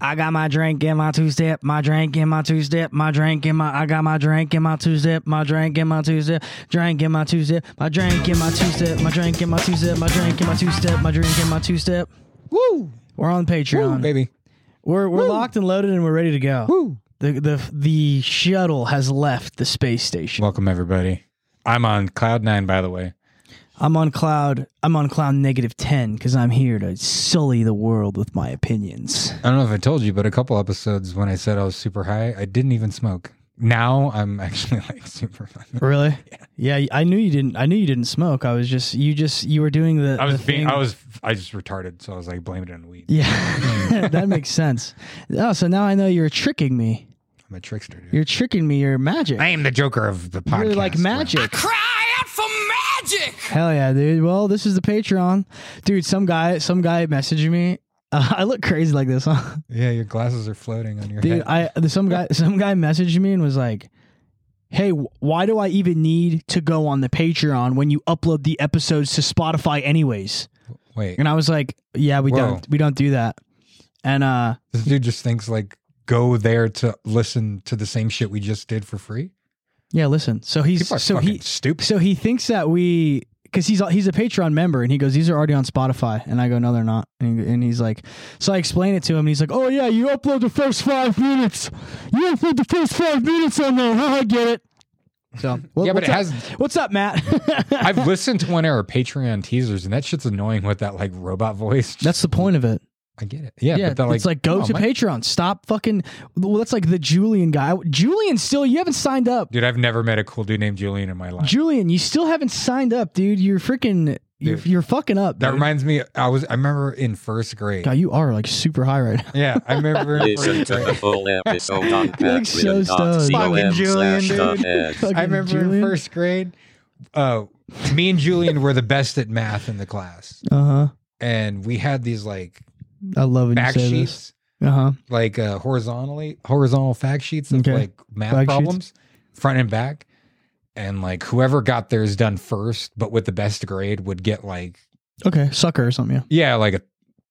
I got my drink in my two step, my drink in my two step, my drink in my I got my drink in my two step, my drink in my two step, drink in my two step, my drink in my two step, my drink in my two step, my drink in my two step, my drink in my two step. Woo! We're on Patreon. Baby. We're we're locked and loaded and we're ready to go. Woo! The the the shuttle has left the space station. Welcome, everybody. I'm on Cloud Nine, by the way. I'm on cloud I'm on cloud negative ten because I'm here to sully the world with my opinions. I don't know if I told you, but a couple episodes when I said I was super high, I didn't even smoke. Now I'm actually like super fun. Really? Yeah. I knew you didn't. I knew you didn't smoke. I was just you just you were doing the. I was the being, thing- I was, I just retarded. So I was like, blame it on weed. Hmm. Yeah, that makes sense. Oh, so now I know you're tricking me. I'm a trickster, dude. You're tricking me. You're magic. I am the Joker of the podcast. You're like magic. Cry out for magic! Hell yeah, dude. Well, this is the Patreon, dude. Some guy, some guy messaged me. Uh, I look crazy like this, huh? Yeah, your glasses are floating on your Dude, head. I some guy, some guy messaged me and was like, "Hey, wh- why do I even need to go on the Patreon when you upload the episodes to Spotify anyways?" Wait, And I was like, "Yeah, we Whoa. don't, we don't do that." And uh, this dude just thinks like go there to listen to the same shit we just did for free. yeah, listen. So he's People are so fucking he stupid. So he thinks that we, because he's he's a Patreon member, and he goes, "These are already on Spotify," and I go, "No, they're not." And, and he's like, "So I explain it to him, and he's like, "Oh yeah, you upload the first five minutes. You upload the first five minutes on there. Huh, I get it." So what- Yeah, but what's it up? has- What's up, Matt? I've listened to one of our Patreon teasers, and that shit's annoying with that like robot voice. That's the point of it. I get it. Yeah, Yeah, but they're like, it's like go oh, to my- Patreon. Stop fucking. Well, that's like the Julian guy. Julian, still you haven't signed up. Dude, I've never met a cool dude named Julian in my life. Julian, you still haven't signed up, dude. You're freaking. You're, Dude. you're fucking up. that dude. reminds me. I was I remember in first grade. God, you are like super high right now. Yeah, I remember in Listen first to the grade. full episode on You look so stoned. Fucking patreon.com Julian, slash the dude. head. Fucking I remember in Julian. first grade. Uh, me and Julian were the best at math in the class, Uh huh. and we had these like I love when fact you say sheets. this. Uh huh. like uh, horizontally horizontal fact sheets of Okay. like math Fact sheets. problems, front and back, and like whoever got theirs done first, but with the best grade, would get like Okay, sucker or something. yeah, like a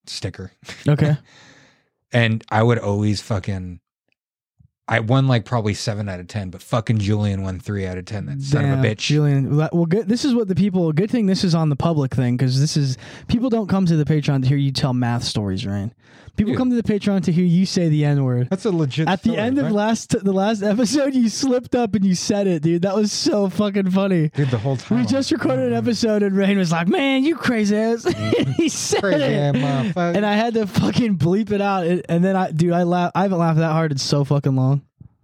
sticker. Yeah. Okay. And I would always fucking. I won like probably seven out of ten, but fucking Julian won three out of ten. That son of Damn, a bitch. Julian. Well, that- Well, good. This is what the people. Good thing this is on the public thing because this is people don't come to the Patreon to hear you tell math stories, right? People Dude. come to the Patreon to hear you say the N word. That's a legit. At the story, end of right? last the last episode, you slipped up and you said it, dude. That was so fucking funny. dude, the whole time We I'm just like, recorded an "Mm, episode and Rain was like, "Man, you crazy ass." he said Mm-hmm. it. Crazy ass motherfucker. and I had to fucking bleep it out. And- And then I, dude, I laugh. I haven't laughed that hard in so fucking long.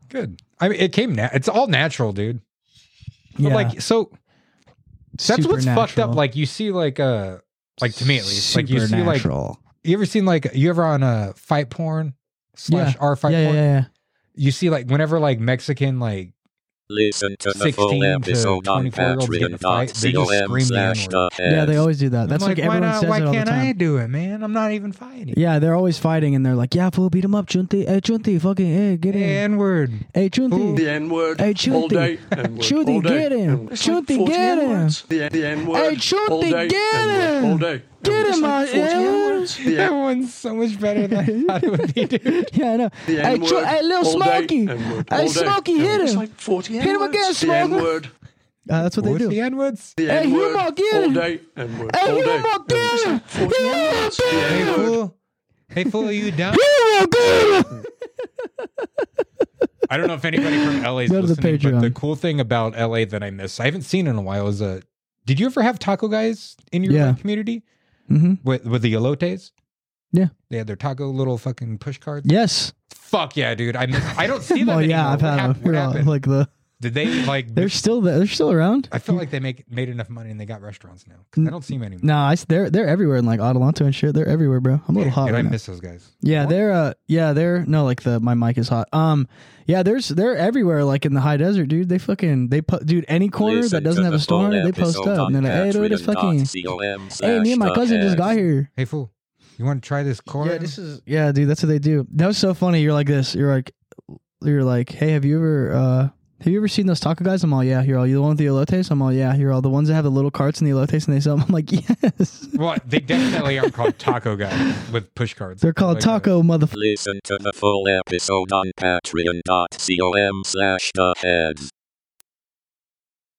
Good. I mean, it came. Na- it's all natural, dude. But yeah, like, so That's what's fucked up. Like you see, like uh, like to me at least, like you see, like you ever seen like you ever on a uh, fight porn slash R fight yeah, yeah, porn? yeah, You see, like whenever like Mexican like Listen to the 16 full to episode on 24-year-olds get in a fight, they just patreon.com scream the slash the yeah. head. yeah, they always do that. Uh, That's I'm like, why everyone not? says Why it all the can't I time. do it, man? I'm not even fighting. Yeah, they're always fighting, and they're like, "Yeah, fool, beat him up, Junti. Hey, Junti, fucking, hey, get in. N word. Hey, Junti, The N word. Hey, Chunti. All day. N-word. Chunti, All day. get him. N-word. It's like Chunti, 40 get him. N-words. The, the N word. Hey, Chunti, all day. get N-word. All him. day. Get N-word. him, It's my 40 N-word. N-words. The That one's so much better than I thought it would be, dude. yeah, I know. The Hey, N-word, Chu- hey, little all day, Smokey, N-word, hey, all day. Smokey, hit It's him. like 40 Hit him N-words. again, The Smoker. N word. Uh, that's what they What's do. the N words? The Hey, N word. Humo, get All him. day. N word. Hey, all day. Humo, get It's him. like 40 Yeah, N-words. The baby. Hey N word. fool, hey fool, are you done? Hero, get him. I don't know if anybody from LA's Go to the listening, Patreon. but the cool thing about LA that I miss, I haven't seen in a while, is a. Did you ever have taco guys in your Yeah. like, community Mhm. with with the elotes? Yeah. they had their taco little fucking push cards. Yes. Fuck yeah, dude! I miss, I don't see them Oh anymore. yeah, I've what had hap- them. what They're all- happened? Like the Did they like? they're still there. They're still around. I feel like they make made enough money and they got restaurants now. 'Cause I don't see them anymore. No, I, s- they're they're everywhere in like Adelanto and shit. They're everywhere, bro. I'm a little hot Dude, right I now. miss those guys. Yeah, they're uh, yeah, they're no, like the my mic is hot. Um, yeah, there's they're everywhere, like in the high desert, dude. They fucking they put dude any corner Listen that doesn't to have a the store on full it, they post episode up on and they're like, hey, dude, it's fucking. patreon.com Hey, me and my slash cousin the just got head. here. Hey fool, you want to try this corn? Yeah, this is yeah, dude. That's what they do. That was so funny. You're like this. You're like, you're like, hey, have you ever, uh, Have you ever seen those taco guys? I'm all, yeah. You're all, you the one with the elotes? I'm all, yeah. You're all the ones that have the little carts and the elotes and they sell them. I'm like, yes. Well, they definitely aren't called taco guy with push cards. They're called Like, uh, taco motherfucker. Listen to the full episode on patreon.com slash the heads.